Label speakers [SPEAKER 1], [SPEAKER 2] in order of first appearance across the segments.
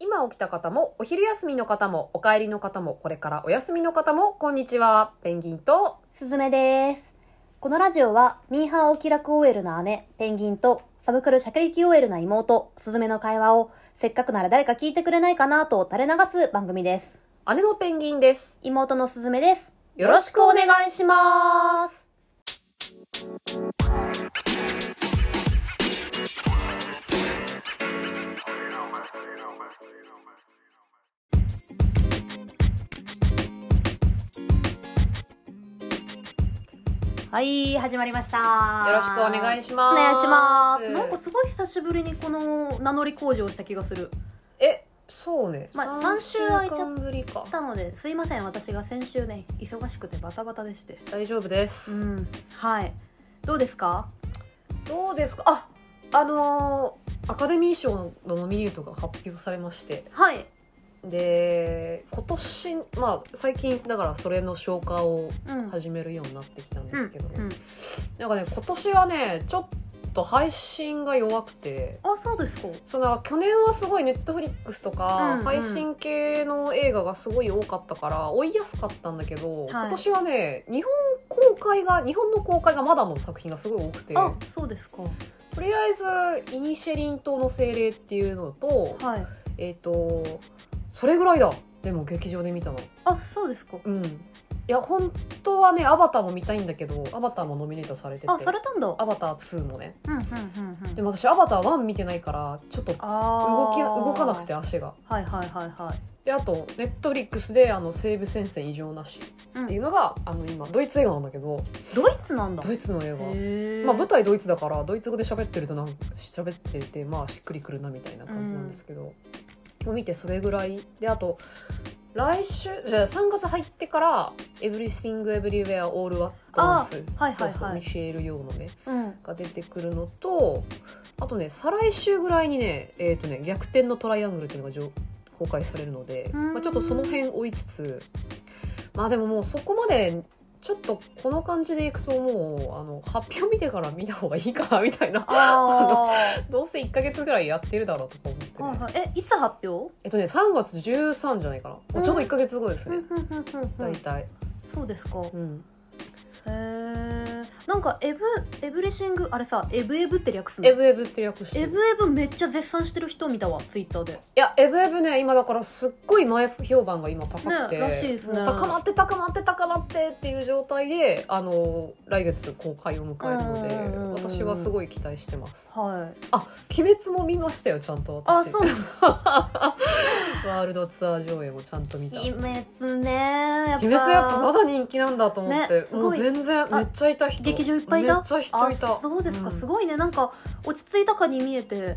[SPEAKER 1] 今起きた方も、お昼休みの方も、お帰りの方も、これからお休みの方も、こんにちは。ペンギンと、
[SPEAKER 2] すずめです。このラジオは、ミーハーを気楽 OL の姉、ペンギンと、サブクルシャケリキ OL な妹、すずめの会話を、せっかくなら誰か聞いてくれないかなと垂れ流す番組です。
[SPEAKER 1] 姉のペンギンです。
[SPEAKER 2] 妹のすずめです。
[SPEAKER 1] よろしくお願いします。
[SPEAKER 2] はい、始まりました。
[SPEAKER 1] よ
[SPEAKER 2] よ
[SPEAKER 1] ろしくお願い
[SPEAKER 2] し
[SPEAKER 1] します。
[SPEAKER 2] お願いします。なんかすごい久しぶりにこの名乗り工事をした気がする。
[SPEAKER 1] え、そうね。
[SPEAKER 2] まあ
[SPEAKER 1] 三
[SPEAKER 2] 三週空いちゃった
[SPEAKER 1] 三週間ぶりか。
[SPEAKER 2] なので、すいません、私が先週ね、忙しくてバタバタでして。
[SPEAKER 1] 大丈夫です。
[SPEAKER 2] うん、はい。どうですか
[SPEAKER 1] どうですかあ、あのーアカデミー賞のノミネートが発表されまして。
[SPEAKER 2] はい。
[SPEAKER 1] で、今年、まあ、最近、だからそれの消化を
[SPEAKER 2] うん。
[SPEAKER 1] 始めるようになってきたんですけど、
[SPEAKER 2] うんうん
[SPEAKER 1] なんかね今年はねちょっと配信が弱くて
[SPEAKER 2] あ、そうですか。
[SPEAKER 1] その去年はすごいネットフリックスと
[SPEAKER 2] う
[SPEAKER 1] か、
[SPEAKER 2] んうん
[SPEAKER 1] 配信系の映画がすごい多かったから追いやすかったんだけど、今年はね日本公開が日本の公開がまだの作品がすごい多くて
[SPEAKER 2] あ、そうですか。
[SPEAKER 1] とりあえず「イニシェリン島の精霊」っていうのと、
[SPEAKER 2] はい。
[SPEAKER 1] えっ、とそれぐらいだでも劇場で見たの
[SPEAKER 2] あ、そうですか。
[SPEAKER 1] うんいや本当はね「アバター」も見たいんだけど「アバター」もノミネートされてて
[SPEAKER 2] あ、されたんだ。
[SPEAKER 1] アバター2もね
[SPEAKER 2] うんうんうんうん。
[SPEAKER 1] でも私アバター1見てないからちょっと
[SPEAKER 2] あ
[SPEAKER 1] 動
[SPEAKER 2] ー
[SPEAKER 1] き動かなくて。足が
[SPEAKER 2] はいはいはいはい。
[SPEAKER 1] であとネットフリックスで「あの西部戦線異常なし」
[SPEAKER 2] うん
[SPEAKER 1] っていうのが、あの今ドイツ映画なんだけど
[SPEAKER 2] ドイツなんだ。
[SPEAKER 1] ドイツの映画
[SPEAKER 2] へー
[SPEAKER 1] まあ舞台ドイツだからドイツ語で喋ってるとなんか喋っててまあしっくりくるなみたいな感じなんですけど、もう見てそれぐらいであと来週じゃあ3月入ってから「エブリシング・エブリウェア・オール・ワット・ワンス」
[SPEAKER 2] はいはいはい
[SPEAKER 1] そうそうミシェール・用のね
[SPEAKER 2] うん。
[SPEAKER 1] が出てくるのとあとね再来週ぐらいにね,、えー、とね逆転のトライアングルっていうのが上公開されるので、
[SPEAKER 2] うーん
[SPEAKER 1] まあ、ちょっとその辺追いつつまあでももうそこまでちょっとこの感じでいくともうあの発表見てから見た方がいいかなみたいな
[SPEAKER 2] あ
[SPEAKER 1] どうせ1ヶ月ぐらいやってるだろうとか思って、 ね
[SPEAKER 2] ー。はいはい。え、いつ発表？
[SPEAKER 1] えっとね3月13じゃないかな、まあちょうど1ヶ月後です
[SPEAKER 2] うん
[SPEAKER 1] ね、
[SPEAKER 2] うんうんうんう
[SPEAKER 1] 大
[SPEAKER 2] ん。
[SPEAKER 1] 体、
[SPEAKER 2] そうですか。へ
[SPEAKER 1] うん、
[SPEAKER 2] え。なんかエブエブレシングあれさ、エブエブって略すの。
[SPEAKER 1] エ。ブエブって略して
[SPEAKER 2] エブエブめっちゃ絶賛してる人見たわツイッターで。
[SPEAKER 1] いや、エブエブね、今だからすっごい前評判が今高くて、
[SPEAKER 2] ねらしいですね
[SPEAKER 1] もう高まって高まって高まってっていう状態で、あの、来月公開を迎える
[SPEAKER 2] うんうんう
[SPEAKER 1] の
[SPEAKER 2] ん
[SPEAKER 1] で、私はすごい期待してます。
[SPEAKER 2] はい。
[SPEAKER 1] あ、鬼滅も見ましたよ、ちゃんと
[SPEAKER 2] あ、
[SPEAKER 1] 私。
[SPEAKER 2] そうなんだ。
[SPEAKER 1] ワールドツアー上映もちゃんと見た。
[SPEAKER 2] 鬼
[SPEAKER 1] 鬼
[SPEAKER 2] 滅ね。やっぱ。
[SPEAKER 1] 滅やっぱまだ人気なんだと思って、
[SPEAKER 2] ねすごい
[SPEAKER 1] もう全然めっちゃいた人。
[SPEAKER 2] 劇場いっぱいいた
[SPEAKER 1] めっちゃ人
[SPEAKER 2] あ
[SPEAKER 1] いた。
[SPEAKER 2] そうですか、
[SPEAKER 1] ん
[SPEAKER 2] すごいねなんか落ち着いたかに見えて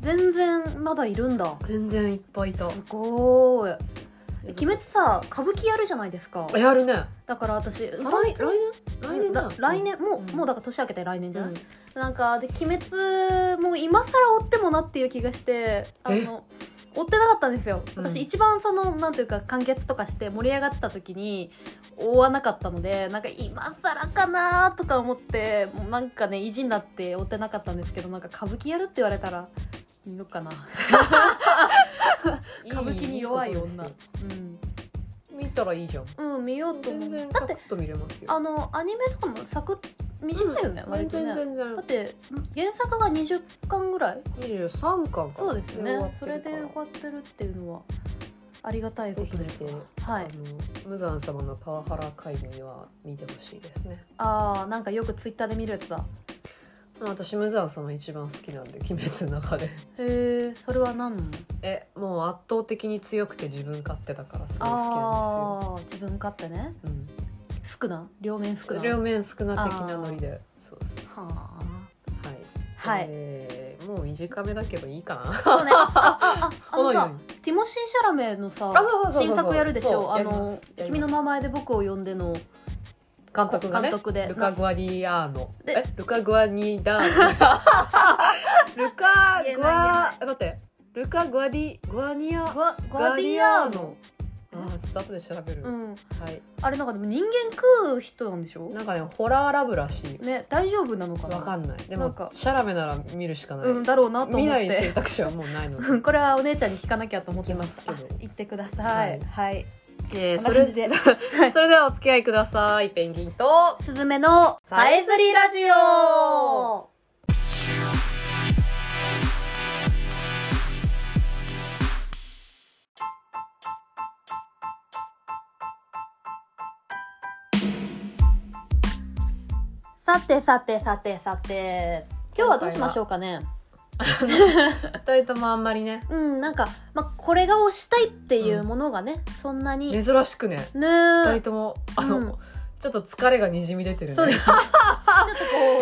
[SPEAKER 2] 全然まだいるんだ
[SPEAKER 1] 全然いっぱいいた。
[SPEAKER 2] すごーい鬼滅さ歌舞伎やるじゃないですか
[SPEAKER 1] やるね。
[SPEAKER 2] だから私
[SPEAKER 1] 再来来
[SPEAKER 2] 本当
[SPEAKER 1] 年
[SPEAKER 2] に
[SPEAKER 1] 来年
[SPEAKER 2] ら
[SPEAKER 1] だ。
[SPEAKER 2] 来年もう、
[SPEAKER 1] うん
[SPEAKER 2] もうだから年明けて来年じ
[SPEAKER 1] う
[SPEAKER 2] ゃない、
[SPEAKER 1] ん
[SPEAKER 2] なんかで鬼滅もう今更追ってもなっていう気がしてあの追ってなかったんですよ
[SPEAKER 1] うん
[SPEAKER 2] 私一番そのなんていうか完結とかして盛り上がってた時に追わなかったのでなんか今更かなとか思ってもうなんかね意地になって追ってなかったんですけどなんか歌舞伎やるって言われたら見ようかな歌舞伎に弱い女
[SPEAKER 1] 見たらいいじゃん
[SPEAKER 2] うん、うん、見ようと思
[SPEAKER 1] 全
[SPEAKER 2] う
[SPEAKER 1] 然
[SPEAKER 2] だ
[SPEAKER 1] サ
[SPEAKER 2] っ
[SPEAKER 1] ク
[SPEAKER 2] て
[SPEAKER 1] ッと見れますよ
[SPEAKER 2] あのアニメとかもサクッ短いよね、割とね
[SPEAKER 1] 全然全然
[SPEAKER 2] だって原作が20巻ぐらい
[SPEAKER 1] 23巻か
[SPEAKER 2] そうですよね。そ
[SPEAKER 1] 終わ
[SPEAKER 2] れ
[SPEAKER 1] って
[SPEAKER 2] で
[SPEAKER 1] るから
[SPEAKER 2] 終わってるっていうのはありがたいことです
[SPEAKER 1] ぜひ見
[SPEAKER 2] よ。
[SPEAKER 1] て
[SPEAKER 2] は
[SPEAKER 1] あ
[SPEAKER 2] い。
[SPEAKER 1] の無惨様のパワハラ会議は見てほしいですね
[SPEAKER 2] ああなんかよくツイッターで見るやつだ。
[SPEAKER 1] まあ私無惨様一番好きなんで鬼滅の中で
[SPEAKER 2] へえ。それは何なの？
[SPEAKER 1] えもう圧倒的に強くて自分勝手だからすごい好
[SPEAKER 2] ああー自分勝手ね。
[SPEAKER 1] きなんで
[SPEAKER 2] 少な両面
[SPEAKER 1] す
[SPEAKER 2] 少
[SPEAKER 1] よ、う
[SPEAKER 2] な。
[SPEAKER 1] ん、両面少な的なノリでそうそうそう
[SPEAKER 2] はあ。
[SPEAKER 1] はい、
[SPEAKER 2] はい。
[SPEAKER 1] えーもう短めだけどいいかな
[SPEAKER 2] そうね。あああああの
[SPEAKER 1] おいおい
[SPEAKER 2] さティモシー・シャラメのさ
[SPEAKER 1] あそうそうそうそう
[SPEAKER 2] 新作やるでし
[SPEAKER 1] そう
[SPEAKER 2] ょ。あ
[SPEAKER 1] やりま
[SPEAKER 2] の
[SPEAKER 1] すやります
[SPEAKER 2] 君の名前で僕を呼んでの
[SPEAKER 1] 監督がね
[SPEAKER 2] 監督で
[SPEAKER 1] ルカ・グアニアーノ
[SPEAKER 2] で
[SPEAKER 1] えルカ・グアニダー ノルカ・
[SPEAKER 2] 言えない言え
[SPEAKER 1] グ
[SPEAKER 2] な
[SPEAKER 1] アえ待ってルカ・グアディグアニア
[SPEAKER 2] グアグアディアーノ。
[SPEAKER 1] ああーちょっと後で調べる、
[SPEAKER 2] うん
[SPEAKER 1] はい
[SPEAKER 2] あれなんかでも人間食う人なんでしょ
[SPEAKER 1] なんかねホラーラブらしい
[SPEAKER 2] ね大丈夫なのかな
[SPEAKER 1] わかんないで
[SPEAKER 2] な
[SPEAKER 1] も
[SPEAKER 2] んか
[SPEAKER 1] シャラメなら見るしかない、
[SPEAKER 2] うんだろうなと思
[SPEAKER 1] 見
[SPEAKER 2] っ
[SPEAKER 1] ない選
[SPEAKER 2] て
[SPEAKER 1] 択肢はもうないので
[SPEAKER 2] うんこれはお姉ちゃんに聞かなきゃと思ってます
[SPEAKER 1] 聞きますけど
[SPEAKER 2] あ行ってくださいはい、
[SPEAKER 1] えー
[SPEAKER 2] こんな感じで
[SPEAKER 1] それではお付き合いくださいペンギンと
[SPEAKER 2] すずめの
[SPEAKER 1] さえずりラジオ
[SPEAKER 2] さてさてさてさて今日はどうしましょうかね
[SPEAKER 1] 二人ともあんまりね
[SPEAKER 2] うんなんか、まあ、これが推したいっていうものがね、そんなにね
[SPEAKER 1] 珍しくね
[SPEAKER 2] え
[SPEAKER 1] 二人ともあの、
[SPEAKER 2] うん
[SPEAKER 1] ちょっと疲れがにじみ出てるね
[SPEAKER 2] そうです ちょっと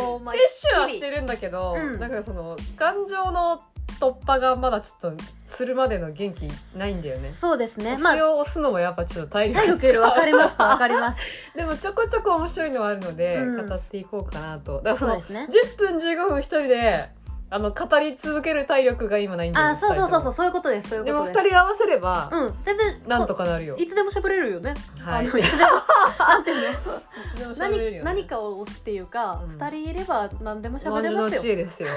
[SPEAKER 2] こう、まあ、
[SPEAKER 1] 摂取はしてるんだけど、
[SPEAKER 2] うん
[SPEAKER 1] なんかその感情の突破がまだちょっとするまでの元気ないんだよね
[SPEAKER 2] そうですねま
[SPEAKER 1] 腰
[SPEAKER 2] あ
[SPEAKER 1] を押すのもやっぱちょっと体力
[SPEAKER 2] 体力より分かり ます分かります
[SPEAKER 1] でもちょこちょこ面白いのはあるので、
[SPEAKER 2] うん
[SPEAKER 1] 語っていこうかなとだからそ
[SPEAKER 2] そう
[SPEAKER 1] の
[SPEAKER 2] ですね
[SPEAKER 1] 10分15分一人であの語り続ける体力が今ないんだよ
[SPEAKER 2] あそうそうそうそううそういうことですそういう
[SPEAKER 1] でも
[SPEAKER 2] こと
[SPEAKER 1] 2
[SPEAKER 2] です
[SPEAKER 1] 人合わせれば、
[SPEAKER 2] うん全然
[SPEAKER 1] なんとかなるよ
[SPEAKER 2] こういつでも喋れるよね、
[SPEAKER 1] はい
[SPEAKER 2] あのいつでもなんていうの
[SPEAKER 1] 何
[SPEAKER 2] 何何かを押すっていうか、
[SPEAKER 1] うん
[SPEAKER 2] 二人いれば何でも喋
[SPEAKER 1] 喋
[SPEAKER 2] れ
[SPEAKER 1] れ
[SPEAKER 2] ま
[SPEAKER 1] ますす
[SPEAKER 2] よ
[SPEAKER 1] よ。ですよ。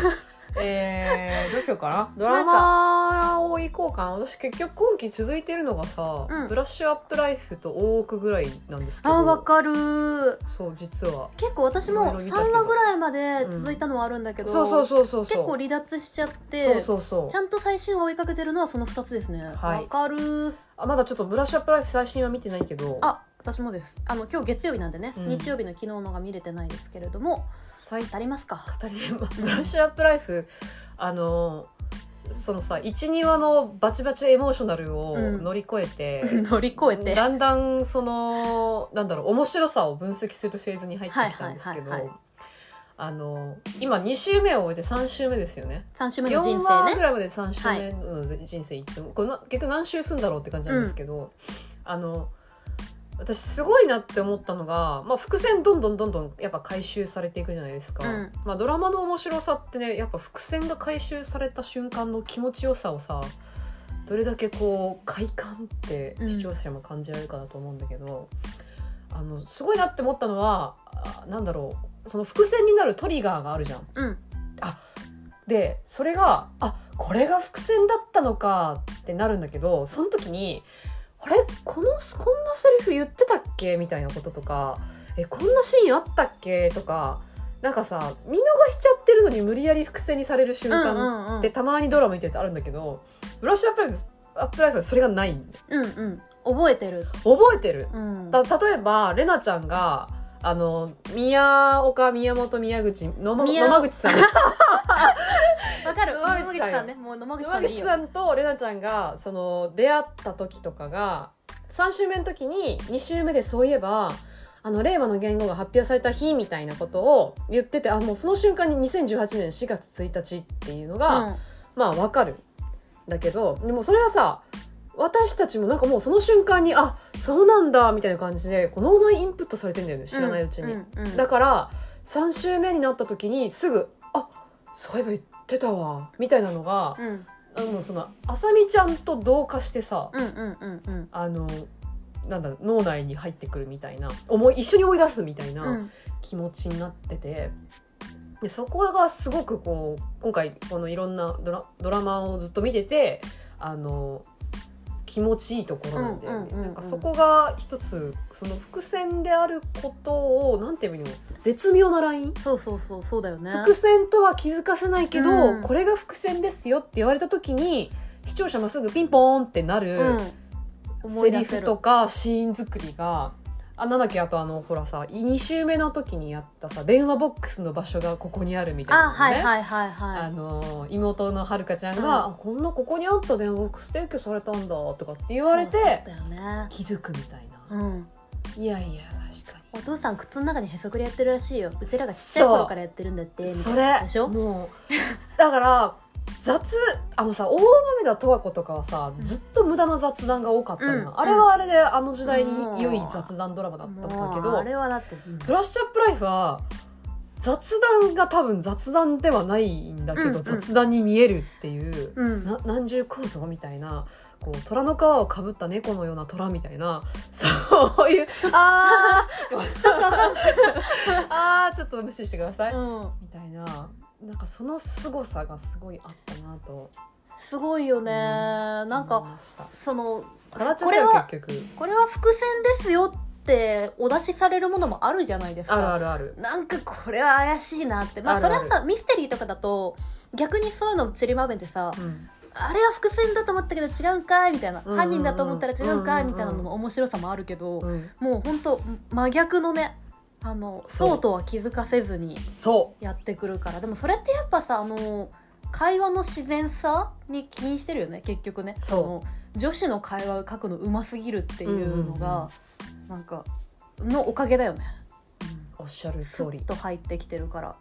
[SPEAKER 1] えー、どうしようかな。ドラマを行こうかな。私結局今期続いてるのがさ、
[SPEAKER 2] うん
[SPEAKER 1] ブラッシュアップライフと大奥ぐらいなんですけど。
[SPEAKER 2] あーわかるー
[SPEAKER 1] そう実は。
[SPEAKER 2] 結構私
[SPEAKER 1] いろ
[SPEAKER 2] も
[SPEAKER 1] いろ見
[SPEAKER 2] 3
[SPEAKER 1] たけど
[SPEAKER 2] 話ぐらいまで続いたのはあるんだけど、
[SPEAKER 1] そうそうそうそうそう。
[SPEAKER 2] 結構離脱しちゃって
[SPEAKER 1] そうそうそう
[SPEAKER 2] ちゃんと最新話を追いかけてるのはその2つですねわ、
[SPEAKER 1] はい
[SPEAKER 2] かるー
[SPEAKER 1] あまだちょっとブラッシュアップライフ最新は見てないけど
[SPEAKER 2] あ私もですあの今日月曜日なんでね、
[SPEAKER 1] うん
[SPEAKER 2] 日曜日の昨日のが見れてないですけれども
[SPEAKER 1] 最
[SPEAKER 2] 足りますか
[SPEAKER 1] 語りま ブラッシュアップライフあのそのさ12話のバチバチエモーショナルを乗り越えて、
[SPEAKER 2] 乗り越えて
[SPEAKER 1] だんだんそのなんだろう面白さを分析するフェーズに入ってきたんですけど、
[SPEAKER 2] はいはいはいは
[SPEAKER 1] あの今2週目を終えて3週目ですよね
[SPEAKER 2] 3週目の人
[SPEAKER 1] 4
[SPEAKER 2] 生
[SPEAKER 1] 話
[SPEAKER 2] ね
[SPEAKER 1] ぐらいまで3週目の人生いっても、これな結局何週すんだろうって感じなんですけど、あの私すごいなって思ったのが、まあ、伏線どんどんどんどんやっぱ回収されていくじゃないですか、
[SPEAKER 2] うん
[SPEAKER 1] まあ、ドラマの面白さってねやっぱ伏線が回収された瞬間の気持ちよさをさどれだけこう快感って視聴者も感じられるかなと思うんだけど、あのすごいなって思ったのはあなんだろうその伏線になるトリガーがあるじゃん。
[SPEAKER 2] うん
[SPEAKER 1] でそれがあこれが伏線だったのかってなるんだけどその時にあれこのこんなセリフ言ってたっけみたいなこととかえこんなシーンあったっけとかなんかさ見逃しちゃってるのに無理やり伏線にされる瞬
[SPEAKER 2] うんう
[SPEAKER 1] 間
[SPEAKER 2] んうん
[SPEAKER 1] ってたまにドラマ見てるとあるんだけど、ブラッシュアップライフアップライフはそれがない
[SPEAKER 2] うんうん覚えてる
[SPEAKER 1] 覚えてる
[SPEAKER 2] うん
[SPEAKER 1] た例えばレナちゃんがあの宮岡宮本宮口野間
[SPEAKER 2] 宮
[SPEAKER 1] 野間口 さん
[SPEAKER 2] わかる
[SPEAKER 1] 野間
[SPEAKER 2] 野間
[SPEAKER 1] 口
[SPEAKER 2] 口
[SPEAKER 1] さん
[SPEAKER 2] さんねもう野間口
[SPEAKER 1] 山
[SPEAKER 2] さんでいい
[SPEAKER 1] 口
[SPEAKER 2] よ
[SPEAKER 1] さんとレナちゃんがその出会った時とかが3週目の時に2週目でそういえばあの令和の言語が発表された日みたいなことを言っててあもうその瞬間に2018年4月1日っていうのが、
[SPEAKER 2] うん
[SPEAKER 1] まあわかるだけどでもそれはさ私たちもなんかもうその瞬間にあそうなんだみたいな感じでこう脳内インプットされてんだよね知らないうちに。
[SPEAKER 2] んうんうん
[SPEAKER 1] だから3週目になった時にすぐ「あそういえば言ってたわ」みたいなのが
[SPEAKER 2] うん
[SPEAKER 1] あのそのあさみちゃんと同化してさ、
[SPEAKER 2] うんうんうんうん
[SPEAKER 1] あのなんだろう脳内に入ってくるみたいな思い一緒に追い出すみたいな
[SPEAKER 2] う
[SPEAKER 1] 気持ちになってて、でそこがすごくこう今回このいろんなドラドラマをずっと見ててあの気持ちいいところなんだよね、
[SPEAKER 2] うんうんうんうん
[SPEAKER 1] なんかそこが一つその伏線であることをなんていうの絶妙なライン
[SPEAKER 2] んそうそうそうそうだよね
[SPEAKER 1] 伏線とは気づかせないけど、
[SPEAKER 2] うん
[SPEAKER 1] これが伏線ですよって言われた時に視聴者もすぐピンポーンってなる
[SPEAKER 2] 思
[SPEAKER 1] セ
[SPEAKER 2] い
[SPEAKER 1] リ
[SPEAKER 2] 出
[SPEAKER 1] フ
[SPEAKER 2] せる
[SPEAKER 1] とかシーン作りが、あなんだっけあとあのほらさ2週目の時にやったさ電話ボックスの場所がここにあるみたいな
[SPEAKER 2] あ
[SPEAKER 1] のね
[SPEAKER 2] はいはいはいは
[SPEAKER 1] あ
[SPEAKER 2] い
[SPEAKER 1] の妹のはるかちゃんが、
[SPEAKER 2] うん
[SPEAKER 1] あこんなここにあった電話ボックス提供されたんだとかって言われて
[SPEAKER 2] そうだよね
[SPEAKER 1] 気づくみたいな、
[SPEAKER 2] うん
[SPEAKER 1] いやいや確かに
[SPEAKER 2] お父さん靴の中にへそくりやってるらしいようちらがちっちゃい頃からやってるんだってみた
[SPEAKER 1] そ
[SPEAKER 2] いな
[SPEAKER 1] れ
[SPEAKER 2] でしょ
[SPEAKER 1] もう だから雑あのさ大豆田十和子とかはさずっと無駄な雑談が多かったの、
[SPEAKER 2] うん
[SPEAKER 1] あれはあれであの時代
[SPEAKER 2] もう
[SPEAKER 1] に良い雑談ドラマだったんだ
[SPEAKER 2] も
[SPEAKER 1] け
[SPEAKER 2] うあれ
[SPEAKER 1] ど
[SPEAKER 2] はだって
[SPEAKER 1] ブラッシュアップライフは雑談が多分雑談ではないんだけど、
[SPEAKER 2] うんうん
[SPEAKER 1] 雑談に見えるっていう、
[SPEAKER 2] うん
[SPEAKER 1] な何重構造みたいなこう虎の皮をかぶった猫のような虎みたいな そういう
[SPEAKER 2] あ
[SPEAKER 1] ちょっとわかんないあーちょっと無視してください、
[SPEAKER 2] ー、うん、
[SPEAKER 1] みたいななんかその凄さがすごいあったなと
[SPEAKER 2] すごいよ
[SPEAKER 1] うん
[SPEAKER 2] ね、なん
[SPEAKER 1] 思い
[SPEAKER 2] か
[SPEAKER 1] ました
[SPEAKER 2] その
[SPEAKER 1] タラちゃん
[SPEAKER 2] これ
[SPEAKER 1] だよ
[SPEAKER 2] は
[SPEAKER 1] 結局
[SPEAKER 2] これは伏線ですよってお出しされるものもあるじゃないですか
[SPEAKER 1] あるあるある
[SPEAKER 2] なんかこれは怪しいなってまあ
[SPEAKER 1] あ
[SPEAKER 2] そ
[SPEAKER 1] る
[SPEAKER 2] れ
[SPEAKER 1] あ
[SPEAKER 2] は
[SPEAKER 1] る
[SPEAKER 2] さミステリーとかだと逆にそういうのをちりばめてさ、
[SPEAKER 1] うん
[SPEAKER 2] あれは伏線だと思ったけど違うんかいみたい
[SPEAKER 1] う
[SPEAKER 2] な、
[SPEAKER 1] んうんうん
[SPEAKER 2] 犯人だと思ったら違うんかいみたいなの
[SPEAKER 1] うんうん
[SPEAKER 2] の面白さもあるけど、
[SPEAKER 1] うん
[SPEAKER 2] もう本当真逆のねあの
[SPEAKER 1] そう
[SPEAKER 2] そうとは気づかせずに
[SPEAKER 1] そ
[SPEAKER 2] やってくるからでもそれってやっぱさあの会話の自然さに気にしてるよね結局ね
[SPEAKER 1] そう
[SPEAKER 2] の女子の会話を書くのうますぎるっていうのが、なんかのおかげだよね
[SPEAKER 1] う、おっしゃる
[SPEAKER 2] ス
[SPEAKER 1] 通り
[SPEAKER 2] ッと入ってきてるから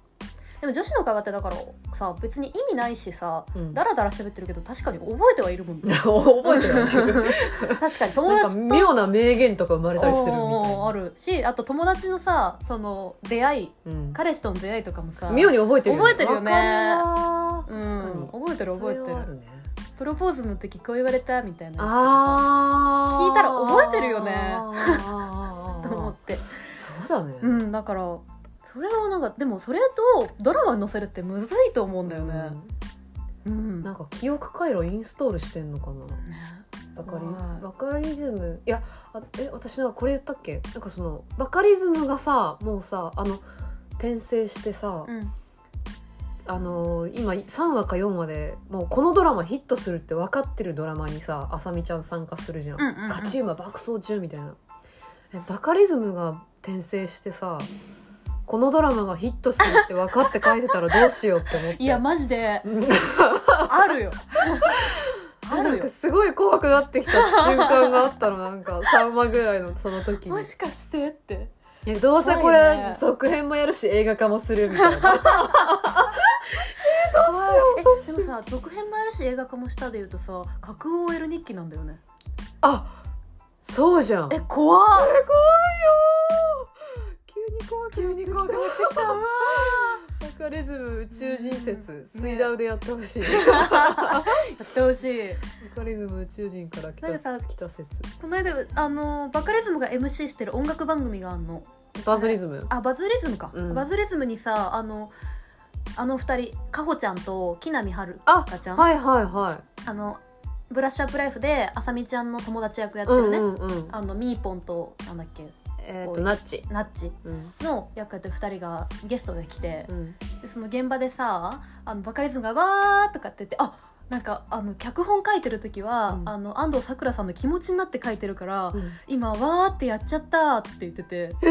[SPEAKER 2] でも女子の会話ってだからさ別に意味ないしさ
[SPEAKER 1] うん
[SPEAKER 2] ダラダラ喋ってるけど確かに覚えてはいるもんね
[SPEAKER 1] 覚えてるよね
[SPEAKER 2] 確かに友
[SPEAKER 1] なん
[SPEAKER 2] 達
[SPEAKER 1] か
[SPEAKER 2] と
[SPEAKER 1] 妙な名言とか生まれたりするみたい
[SPEAKER 2] おー
[SPEAKER 1] な
[SPEAKER 2] あるしあと友達のさその出会い
[SPEAKER 1] うん
[SPEAKER 2] 彼氏との出会いとかもさ
[SPEAKER 1] 妙に覚えてる
[SPEAKER 2] 覚えてるよね
[SPEAKER 1] わかるわ
[SPEAKER 2] う
[SPEAKER 1] 確
[SPEAKER 2] ん
[SPEAKER 1] かに
[SPEAKER 2] 覚えてる覚えてる
[SPEAKER 1] それはあるね
[SPEAKER 2] プロポーズの時こう言われたみたいな
[SPEAKER 1] あー
[SPEAKER 2] 聞いたら覚えてるよね
[SPEAKER 1] あーあーあーあー
[SPEAKER 2] と思って
[SPEAKER 1] そうだね
[SPEAKER 2] うんだからそれはなんかでもそれとドラマに載せるってむずいと思うんだよねうん、
[SPEAKER 1] なんか記憶回路インストールしてんのかな
[SPEAKER 2] ね
[SPEAKER 1] バカリズ
[SPEAKER 2] はい
[SPEAKER 1] バカリズムいやあえ私なんかこれ言ったっけなんかそのバカリズムがさもうさあの転生してさ、
[SPEAKER 2] うん
[SPEAKER 1] あのー今3話か4話でもうこのドラマヒットするって分かってるドラマにさあさみちゃん参加するじゃん,、
[SPEAKER 2] うんうんうん
[SPEAKER 1] 勝ち馬爆走中みたいなえバカリズムが転生してさこのドラマがヒットするって分かって書いてたらどうしようって思って
[SPEAKER 2] いやマジ で
[SPEAKER 1] うん
[SPEAKER 2] ある よあ
[SPEAKER 1] なん
[SPEAKER 2] る
[SPEAKER 1] か
[SPEAKER 2] よ
[SPEAKER 1] すごい怖くなってきた瞬間があった のなんか3話ぐらいのその時に
[SPEAKER 2] もしかしてって
[SPEAKER 1] いやどうせこ
[SPEAKER 2] 怖いね
[SPEAKER 1] れ続編もやるし映画化もするみたい な
[SPEAKER 2] どうしようでもさ続編もあるし映画化もしたで言うとさ架空 OL 日記なんだよね
[SPEAKER 1] あそうじゃん
[SPEAKER 2] え怖っ
[SPEAKER 1] 怖いよ急に怖く急に怖くなってきたバカリズム宇宙人説
[SPEAKER 2] うん
[SPEAKER 1] 水ダウでやってほしい、
[SPEAKER 2] やってほしい
[SPEAKER 1] バカリズム宇宙人から来た
[SPEAKER 2] なんかさ
[SPEAKER 1] 来た説
[SPEAKER 2] この間あのバカリズムが MC してる音楽番組があんの
[SPEAKER 1] バズリズム
[SPEAKER 2] あバズリズムか、
[SPEAKER 1] うん
[SPEAKER 2] バズリズムにさあのあの二人かほちゃんと木南春
[SPEAKER 1] あ
[SPEAKER 2] 香ちゃんあ,、
[SPEAKER 1] はいはいは
[SPEAKER 2] のブラッシュアップライフであさみちゃんの友達役やっ
[SPEAKER 1] い、う
[SPEAKER 2] てる
[SPEAKER 1] ん
[SPEAKER 2] ね、
[SPEAKER 1] うんうん
[SPEAKER 2] あのみーぽんとなんだっけ
[SPEAKER 1] えっ、とナッチ
[SPEAKER 2] ナッチ
[SPEAKER 1] うん
[SPEAKER 2] の役やってる二人がゲストで来て
[SPEAKER 1] う、ん
[SPEAKER 2] でその現場でさあのバカリズムが「わー」とかって言ってあなんかあの脚本書いてる時は、
[SPEAKER 1] うん
[SPEAKER 2] あの安藤サクラさんの気持ちになって書いてるから、
[SPEAKER 1] うん
[SPEAKER 2] 今わーってやっちゃったって言っ ててえで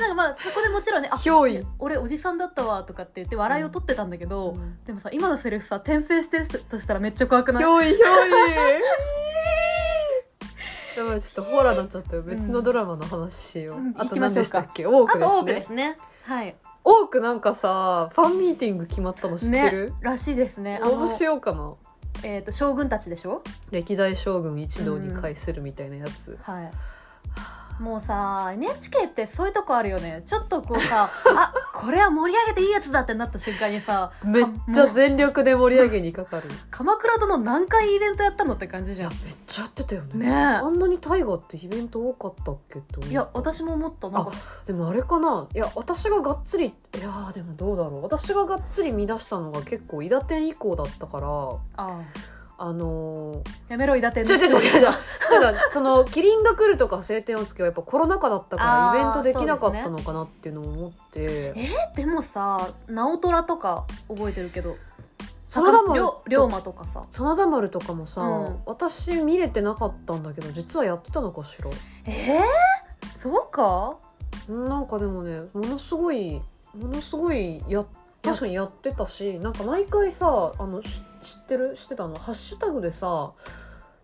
[SPEAKER 2] なんかまあそこでもちろんねあ
[SPEAKER 1] 憑依
[SPEAKER 2] 俺おじさんだったわとかって言って笑いを取ってたんだけど、でもさ今のセリフさ転生してる人としたらめっちゃ怖くない
[SPEAKER 1] 憑依憑依 やばいちょっとホラーになっちゃったよ別のドラマの話しよう、
[SPEAKER 2] うん
[SPEAKER 1] あと何でしたっけ多
[SPEAKER 2] あ
[SPEAKER 1] くで
[SPEAKER 2] と
[SPEAKER 1] す
[SPEAKER 2] 多くで
[SPEAKER 1] ね
[SPEAKER 2] すねはい
[SPEAKER 1] 多くなんかさファンミーティング決まったの知ってる、
[SPEAKER 2] らしいですねあ
[SPEAKER 1] 応
[SPEAKER 2] の
[SPEAKER 1] 募、しようかな
[SPEAKER 2] えー、と将軍たちでしょ
[SPEAKER 1] 歴代将軍一同に会するみたいなやつ、
[SPEAKER 2] はいもうさ NHK ってそういうとこあるよねちょっとこ うさあこれは盛り上げていいやつだってなった瞬間にさ
[SPEAKER 1] めっちゃ全力で盛り上げにかかる、
[SPEAKER 2] 「鎌倉殿何回イベントやったの?」って感じじゃん
[SPEAKER 1] めっちゃやってたよね
[SPEAKER 2] ねえ
[SPEAKER 1] あんなに大河ってイベント多かったっけと思う
[SPEAKER 2] いや私ももっとなんか
[SPEAKER 1] でもあれかないや私ががっつりいやーでもどうだろう私ががっつり見出したのが結構伊達天以降だったから
[SPEAKER 2] あ
[SPEAKER 1] あの
[SPEAKER 2] やめろ伊達
[SPEAKER 1] ー、
[SPEAKER 2] の
[SPEAKER 1] 違う違う違う違うただその「キリンが来る」とか「晴天をつけ」はやっぱコロナ禍だった
[SPEAKER 2] あ
[SPEAKER 1] か
[SPEAKER 2] ー
[SPEAKER 1] らイベントできなかったのかなっていうのを思って、
[SPEAKER 2] えでもさ直虎とか覚えてるけど
[SPEAKER 1] 真田
[SPEAKER 2] り
[SPEAKER 1] 丸
[SPEAKER 2] ょ龍馬とかさ
[SPEAKER 1] 真田丸とかもさ、
[SPEAKER 2] うん
[SPEAKER 1] 私見れてなかったんだけど実はやってたのかしら
[SPEAKER 2] えー、そうか
[SPEAKER 1] なんかでもねものすごいものすごいや確かにやってたしなんか毎回さあのし知ってる知ってたのハッシュタグでさ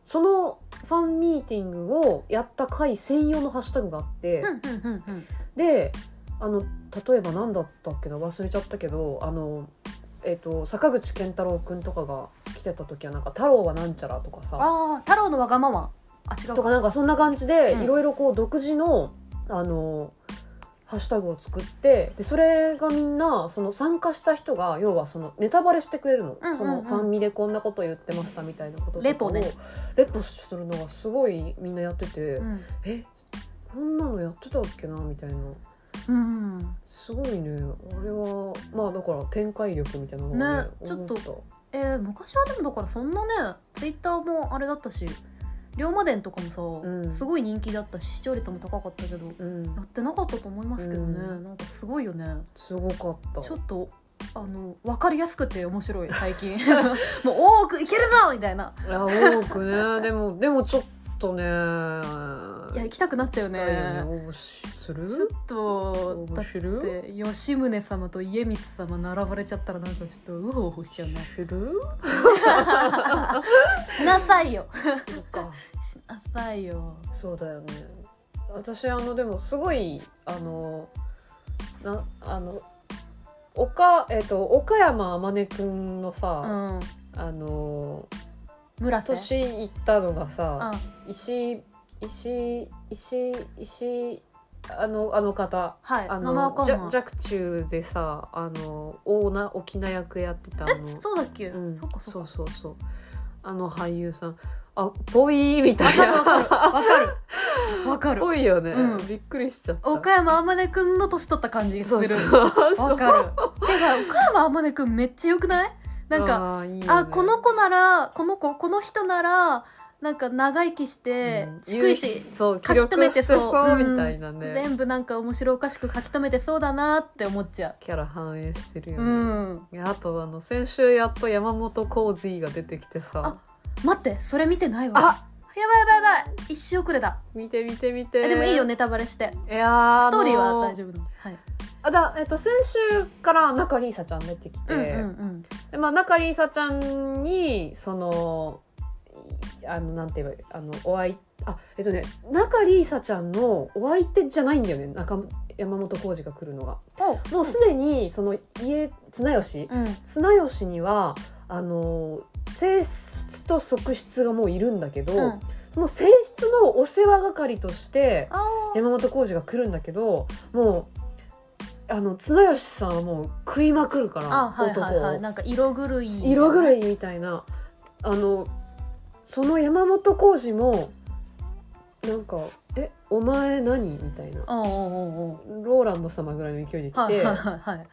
[SPEAKER 1] そのファンミーティングをやった回専用のハッシュタグがあって、
[SPEAKER 2] うんうんうんうん
[SPEAKER 1] であの例えば何だったっけな忘れちゃったけどあの、えっと坂口健太郎くんとかが来てた時はなんか「太郎はなんちゃら」とかさ
[SPEAKER 2] ああ太郎のわがままあ違う
[SPEAKER 1] とかなんかそんな感じで
[SPEAKER 2] うん
[SPEAKER 1] いろいろこう独自の、あのハッシュタグを作ってでそれがみんなその参加した人が要はそのネタバレしてくれるの,、
[SPEAKER 2] うんうんうん
[SPEAKER 1] そのファンミでこんなこと言ってましたみたいなこととかを
[SPEAKER 2] レポね
[SPEAKER 1] レポするのがすごいみんなやってて、
[SPEAKER 2] うん
[SPEAKER 1] えこんなのやってたっけなみたいな
[SPEAKER 2] うん
[SPEAKER 1] すごいねあれはまあだから展開力みたいなのが
[SPEAKER 2] ねちょっと
[SPEAKER 1] 思た
[SPEAKER 2] えー昔はでもだからそんなねツイッターもあれだったし龍馬伝とかもさ、
[SPEAKER 1] うん
[SPEAKER 2] すごい人気だったし視聴率も高かったけどや
[SPEAKER 1] うん
[SPEAKER 2] ってなかったと思いますけどね、
[SPEAKER 1] う
[SPEAKER 2] なんかすごいよね
[SPEAKER 1] すごかった
[SPEAKER 2] ちょっとあの分かりやすくて面 白い最近もう多くいけるぞみたいない
[SPEAKER 1] や多く ねでもでもちょっとね
[SPEAKER 2] いや行きたくなっちゃうね
[SPEAKER 1] だよね応募しする
[SPEAKER 2] ちょっとだ
[SPEAKER 1] 応
[SPEAKER 2] っ
[SPEAKER 1] 募する
[SPEAKER 2] て吉宗様と家光様並ばれちゃったらなんかちょっとうほうほしちゃうな
[SPEAKER 1] する
[SPEAKER 2] しなさいよ
[SPEAKER 1] そうか
[SPEAKER 2] しなさいよ
[SPEAKER 1] そうだよね私あのでもすごいあのなあの岡えっと岡山天音くんの
[SPEAKER 2] う
[SPEAKER 1] さ、
[SPEAKER 2] ん
[SPEAKER 1] あの
[SPEAKER 2] 村瀬
[SPEAKER 1] 年行ったのがさ、
[SPEAKER 2] うん
[SPEAKER 1] 石石石石あのあの方
[SPEAKER 2] はい
[SPEAKER 1] あ
[SPEAKER 2] 名前わ
[SPEAKER 1] の
[SPEAKER 2] かん
[SPEAKER 1] じ
[SPEAKER 2] な
[SPEAKER 1] ゃ
[SPEAKER 2] い
[SPEAKER 1] 若冲でさあのオーナー沖縄役やってたあの
[SPEAKER 2] そうだっけ、
[SPEAKER 1] うん
[SPEAKER 2] そっかそ
[SPEAKER 1] そ
[SPEAKER 2] っ
[SPEAKER 1] う
[SPEAKER 2] か
[SPEAKER 1] そうそうあの俳優さんあぽいみたい
[SPEAKER 2] わか
[SPEAKER 1] な
[SPEAKER 2] るわかる わかる
[SPEAKER 1] ぽいよね、
[SPEAKER 2] うん
[SPEAKER 1] びっくりしちゃった
[SPEAKER 2] 岡山天音くんの年取った感じがす
[SPEAKER 1] そう
[SPEAKER 2] る
[SPEAKER 1] そうそう
[SPEAKER 2] わかるてか岡山天音くんめっちゃ良くないなんか
[SPEAKER 1] あーいいよね
[SPEAKER 2] あこの子ならこの子この人ならなんか長生きして、
[SPEAKER 1] うん
[SPEAKER 2] 逐一
[SPEAKER 1] そう
[SPEAKER 2] 書
[SPEAKER 1] 記
[SPEAKER 2] き
[SPEAKER 1] 録
[SPEAKER 2] 留め
[SPEAKER 1] して
[SPEAKER 2] て
[SPEAKER 1] そう
[SPEAKER 2] そううん
[SPEAKER 1] みたいなね、
[SPEAKER 2] 全部なんか面白おかしく書き留めてそうだなって思っちゃ
[SPEAKER 1] キャラ反映してるよ
[SPEAKER 2] う、う
[SPEAKER 1] ね、
[SPEAKER 2] ん、
[SPEAKER 1] いやあとあの先週やっと山本浩二が出てきてさ
[SPEAKER 2] 待ってそれ見てないわ
[SPEAKER 1] あ
[SPEAKER 2] やばいやばいやばい一周遅れだ、
[SPEAKER 1] 見て見て見て
[SPEAKER 2] えでもいいよネタバレして
[SPEAKER 1] いやー
[SPEAKER 2] ストーリーは
[SPEAKER 1] あの
[SPEAKER 2] 大丈夫なの、はい、
[SPEAKER 1] あだ、えっと、先週から中里依紗ちゃん出てきて、
[SPEAKER 2] うんうんうん
[SPEAKER 1] でまあ、中里依紗ちゃんにそのいあのなんて言えばいいあのお相あえっとね中里依紗ちゃんのお相手じゃないんだよね中山本浩二が来るのが。もうすでにその家綱吉
[SPEAKER 2] うん
[SPEAKER 1] 綱吉にはあの性質と側室がもういるんだけど、
[SPEAKER 2] うん
[SPEAKER 1] その性質のお世話係として
[SPEAKER 2] あー
[SPEAKER 1] 山本浩二が来るんだけどもうあの綱吉さんはもう食いまくるから
[SPEAKER 2] あはいはいはい
[SPEAKER 1] 男
[SPEAKER 2] なんか色狂いみた
[SPEAKER 1] を
[SPEAKER 2] な
[SPEAKER 1] 色狂いみたいなあのその山本浩二もなんか「えお前何?」みたいな
[SPEAKER 2] うんうんうんうん
[SPEAKER 1] ローランド様ぐらいの勢いで来
[SPEAKER 2] はい
[SPEAKER 1] て
[SPEAKER 2] はいはいはい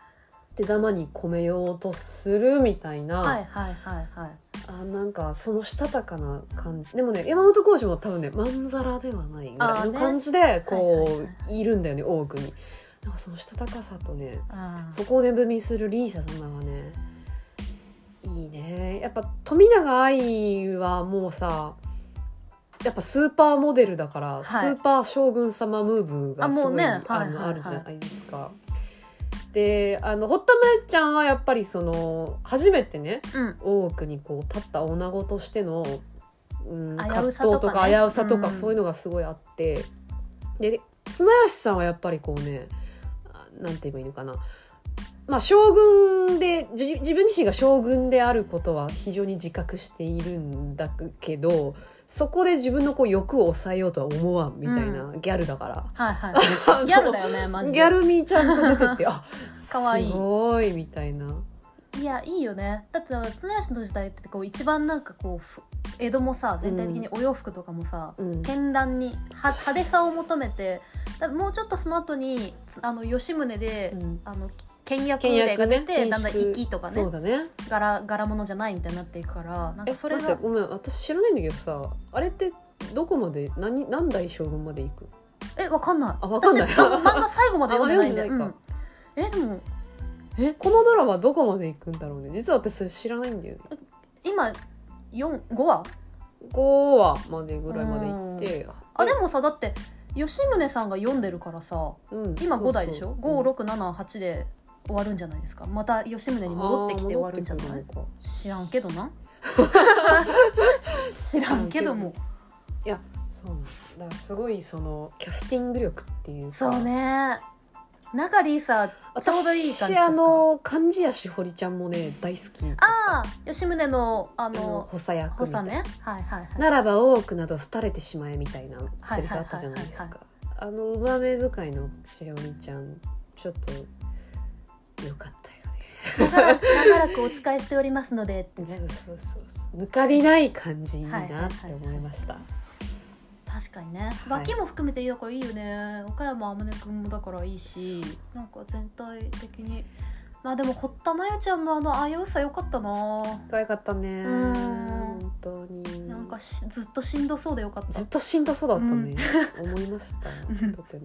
[SPEAKER 1] 手玉に込めようとするみたいな、
[SPEAKER 2] はいはいはいはい
[SPEAKER 1] あなんかそのしたたかな感じでもね山本浩二も多分ねまんざらではないぐらいの感じでこ
[SPEAKER 2] は
[SPEAKER 1] う,、
[SPEAKER 2] いはいい
[SPEAKER 1] るんだよね多くに。なんかそのしたたかさとね
[SPEAKER 2] あー
[SPEAKER 1] そこをね踏みするリーサ様はねいいねやっぱ富永愛はもうさやっぱスーパーモデルだから、
[SPEAKER 2] はい
[SPEAKER 1] スーパー将軍様ムーブがす
[SPEAKER 2] あも
[SPEAKER 1] ご
[SPEAKER 2] う
[SPEAKER 1] い、
[SPEAKER 2] ね
[SPEAKER 1] あの
[SPEAKER 2] はいはいはい
[SPEAKER 1] あるじゃないですか。であの堀田真由ちゃんはやっぱりその初めてね
[SPEAKER 2] うん
[SPEAKER 1] 大奥にこう立った女子としての、うん、
[SPEAKER 2] 危う
[SPEAKER 1] 葛
[SPEAKER 2] さ
[SPEAKER 1] 藤
[SPEAKER 2] とかね
[SPEAKER 1] とか危うさとか
[SPEAKER 2] うん
[SPEAKER 1] そういうのがすごいあって、で綱吉さんはやっぱりこうねあなんて言えばいいのかな、まあ、将軍でじ自分自身が将軍であることは非常に自覚しているんだけどそこで自分のこう欲を抑えようとは思わんみたいな、ギャルだから。
[SPEAKER 2] は いはいギャルだよねマジで
[SPEAKER 1] ギャルみちゃんと出て ってあ
[SPEAKER 2] 可愛い
[SPEAKER 1] すごいみたいな。
[SPEAKER 2] いやいいよねだって綱吉の時代ってこう一番なんかこうふ江戸もさ全体的にお洋服とかもさ、
[SPEAKER 1] うん
[SPEAKER 2] 絢爛には派手さを求めてだもうちょっとその後にあの吉宗で、
[SPEAKER 1] うん
[SPEAKER 2] あの倹約
[SPEAKER 1] 倹
[SPEAKER 2] 令
[SPEAKER 1] 約
[SPEAKER 2] が出
[SPEAKER 1] ね
[SPEAKER 2] て、
[SPEAKER 1] 緊縮
[SPEAKER 2] だんだん粋とか
[SPEAKER 1] そ
[SPEAKER 2] ね
[SPEAKER 1] うだね
[SPEAKER 2] 柄柄物じゃないみたいになっていくからなん
[SPEAKER 1] え
[SPEAKER 2] かそれ
[SPEAKER 1] 待っ
[SPEAKER 2] が
[SPEAKER 1] てごめん私知らないんだけどさあれってどこまで何何代将軍まで行く
[SPEAKER 2] えわかんない
[SPEAKER 1] あわかんない
[SPEAKER 2] 私多分漫画最後まで読んでないんで
[SPEAKER 1] あ読んでないか
[SPEAKER 2] うんえでも
[SPEAKER 1] えこのドラマどこまで行くんだろうね実は私それ知らないんだよね
[SPEAKER 2] 今四五話
[SPEAKER 1] 5話までぐらいまで行って
[SPEAKER 2] あでもさだって吉宗さんが読んでるからさ
[SPEAKER 1] うん
[SPEAKER 2] 今5代でしょ
[SPEAKER 1] そうそう
[SPEAKER 2] 5678で終わるんじゃないですかまた吉宗に戻ってきて終わるんじゃ
[SPEAKER 1] あー
[SPEAKER 2] な
[SPEAKER 1] 戻
[SPEAKER 2] い
[SPEAKER 1] ってくるのか
[SPEAKER 2] 知らんけどな 知らんけども
[SPEAKER 1] そうなんだだからすごいそのキャスティング力っていうか
[SPEAKER 2] そうね中リーサちょうどいい感じです
[SPEAKER 1] 私
[SPEAKER 2] か
[SPEAKER 1] あの貫地谷しほりちゃんもね大好きあ
[SPEAKER 2] あー吉宗のあ
[SPEAKER 1] の
[SPEAKER 2] の
[SPEAKER 1] 補佐役
[SPEAKER 2] 補
[SPEAKER 1] みたい
[SPEAKER 2] 佐
[SPEAKER 1] な
[SPEAKER 2] ねはいはいはい
[SPEAKER 1] ならば多くなど廃れてしまえみたいなセリフあったじゃないです
[SPEAKER 2] はい
[SPEAKER 1] か。あの馬目遣いのしおりちゃんちょっとよかったよね
[SPEAKER 2] 長らく長らくお使いしておりますの で
[SPEAKER 1] そうそうそうそう抜かりない感じいいなって思いました
[SPEAKER 2] 確かにね
[SPEAKER 1] はい
[SPEAKER 2] 脇も含めていいだからいいよね岡山天音君もだからいいしなんか全体的にまあでも堀田真由ちゃんのあの危うさ良かったな
[SPEAKER 1] 可愛かったね
[SPEAKER 2] うん
[SPEAKER 1] 本当に
[SPEAKER 2] なんかしずっとしんどそうでよかった
[SPEAKER 1] ずっとしんどそうだったね、思いました
[SPEAKER 2] うん
[SPEAKER 1] とても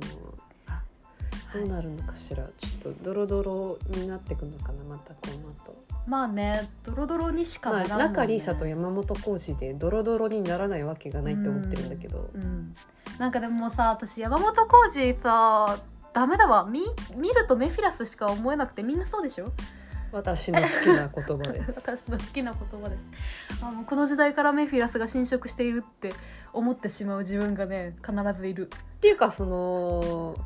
[SPEAKER 1] どうなるのかしらちょっとドロドロになってくのかなまたこの後
[SPEAKER 2] まあねドロドロにしか
[SPEAKER 1] ま
[SPEAKER 2] な
[SPEAKER 1] あ
[SPEAKER 2] らんもん
[SPEAKER 1] 中
[SPEAKER 2] ね
[SPEAKER 1] 里沙と山本浩二でドロドロにならないわけがないって思ってるんだけど
[SPEAKER 2] うん、なんかでもさ私山本浩二さダメだわ見見るとメフィラスしか思えなくてみんなそう でしょ
[SPEAKER 1] 私の好きな言葉で
[SPEAKER 2] 私
[SPEAKER 1] す
[SPEAKER 2] の好きな言葉であのこの時代からメフィラスが侵食しているって思ってしまう自分がね必ずいる
[SPEAKER 1] っていうかその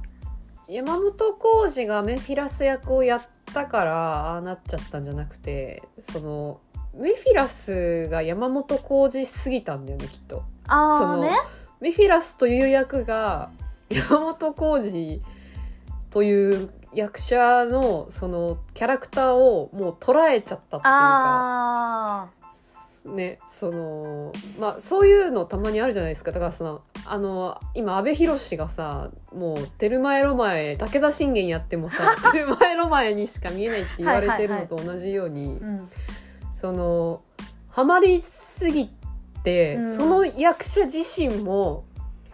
[SPEAKER 1] 山本浩二がメフィラス役をやったからああなっちゃったんじゃなくてそのメフィラスが山本浩二すぎたんだよねきっと。
[SPEAKER 2] あ
[SPEAKER 1] そ
[SPEAKER 2] あ
[SPEAKER 1] の
[SPEAKER 2] ね
[SPEAKER 1] メフィラスという役が山本浩二という役者のそのキャラクターをもう捉えちゃったっていうか。
[SPEAKER 2] あ
[SPEAKER 1] ね、そのまあそういうのたまにあるじゃないですかだからそのあの今阿部寛がさもう「テルマエロマエ」武田信玄やっても さ「テルマエロマエ」にしか見えないって言われてるのと同じように
[SPEAKER 2] ー、うん、
[SPEAKER 1] そのハマりすぎて、
[SPEAKER 2] うん
[SPEAKER 1] その役者自身も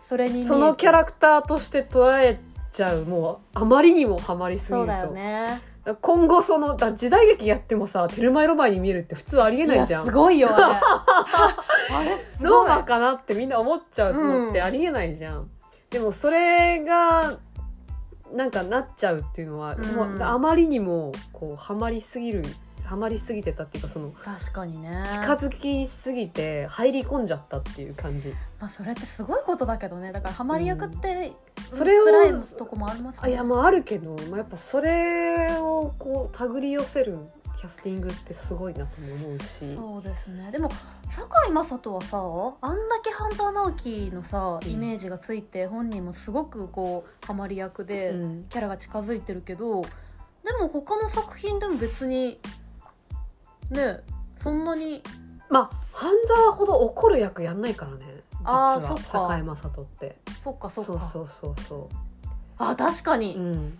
[SPEAKER 2] それに
[SPEAKER 1] そのキャラ
[SPEAKER 2] ク
[SPEAKER 1] クターとして捉えちゃうもうあまりにもハマりすぎ
[SPEAKER 2] そ
[SPEAKER 1] る
[SPEAKER 2] うだよ
[SPEAKER 1] と、
[SPEAKER 2] ね
[SPEAKER 1] 今後そのだ時代劇やってもさ「テルマエロマエ」に見えるって普通ありえないじゃん
[SPEAKER 2] やす。ごいよ あれあれす
[SPEAKER 1] ロ
[SPEAKER 2] ご
[SPEAKER 1] ー
[SPEAKER 2] い
[SPEAKER 1] マかなってみんな思っちゃうのってありえないじゃん、でもそれがなんかなっちゃうっていうのは、
[SPEAKER 2] うん
[SPEAKER 1] もうあまりにもこうハマりすぎるハマりすぎてたっていうかその
[SPEAKER 2] 確かにね
[SPEAKER 1] 近づきすぎて入り込んじゃったっていう感じ、
[SPEAKER 2] まあそれってすごいことだけどねだからハマり役って、
[SPEAKER 1] うんそれを
[SPEAKER 2] 辛いとこもあります
[SPEAKER 1] あいやまああるけど、まあ、やっぱそれをこう手繰り寄せるキャスティングってすごいなとも思うし
[SPEAKER 2] そうですねでも堺雅人はさあんだけ半沢直樹のさ
[SPEAKER 1] うん
[SPEAKER 2] イメージがついて、本人もすごくこうハマり役で、
[SPEAKER 1] うん
[SPEAKER 2] キャラが近づいてるけどでも他の作品でも別にねそんなに
[SPEAKER 1] まあ半沢ほど怒る役やんないからね実
[SPEAKER 2] あー
[SPEAKER 1] は
[SPEAKER 2] そっか
[SPEAKER 1] 堺雅人って
[SPEAKER 2] そっかそ
[SPEAKER 1] そ
[SPEAKER 2] っ
[SPEAKER 1] う
[SPEAKER 2] か
[SPEAKER 1] そうそうそう
[SPEAKER 2] あ確かに、
[SPEAKER 1] うん、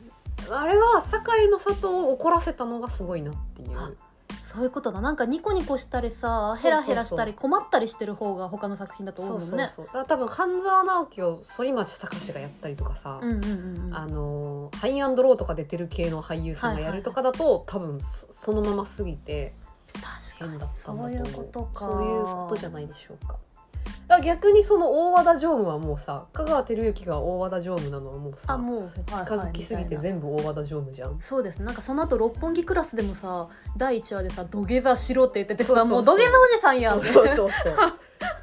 [SPEAKER 1] あれは堺の里を怒らせたのがすごいなっていう
[SPEAKER 2] あそういうことだなんかニコニコしたりさ
[SPEAKER 1] そうそうそう
[SPEAKER 2] ヘラヘラしたり困ったりしてる方が他の作品だと
[SPEAKER 1] そ
[SPEAKER 2] 思う
[SPEAKER 1] う
[SPEAKER 2] もん
[SPEAKER 1] そう
[SPEAKER 2] ね
[SPEAKER 1] そうだから多分半沢直樹を反町隆史がやったりとかさ、
[SPEAKER 2] うんうんうんうん
[SPEAKER 1] あのーハイアンドローとか出てる系の俳優さんがやるとかだと、多分そそのまますぎて
[SPEAKER 2] 確か
[SPEAKER 1] 変
[SPEAKER 2] に
[SPEAKER 1] だったんだ
[SPEAKER 2] そ
[SPEAKER 1] と
[SPEAKER 2] うい
[SPEAKER 1] 思う
[SPEAKER 2] うことか
[SPEAKER 1] そういうことじゃないでしょうかだから逆にその大和田常務はもうさ香川照之が大和田常務なのはもう
[SPEAKER 2] あ
[SPEAKER 1] さ
[SPEAKER 2] もう
[SPEAKER 1] 近づきすぎて
[SPEAKER 2] 部
[SPEAKER 1] 全部大和田常務じゃん
[SPEAKER 2] そうですなんかその後六本木クラスでもさ第1話でさ「土下座しろ」って言ってて
[SPEAKER 1] そうそう
[SPEAKER 2] さ
[SPEAKER 1] そう
[SPEAKER 2] もう土下座おじさんやん
[SPEAKER 1] そうそうそうそうだか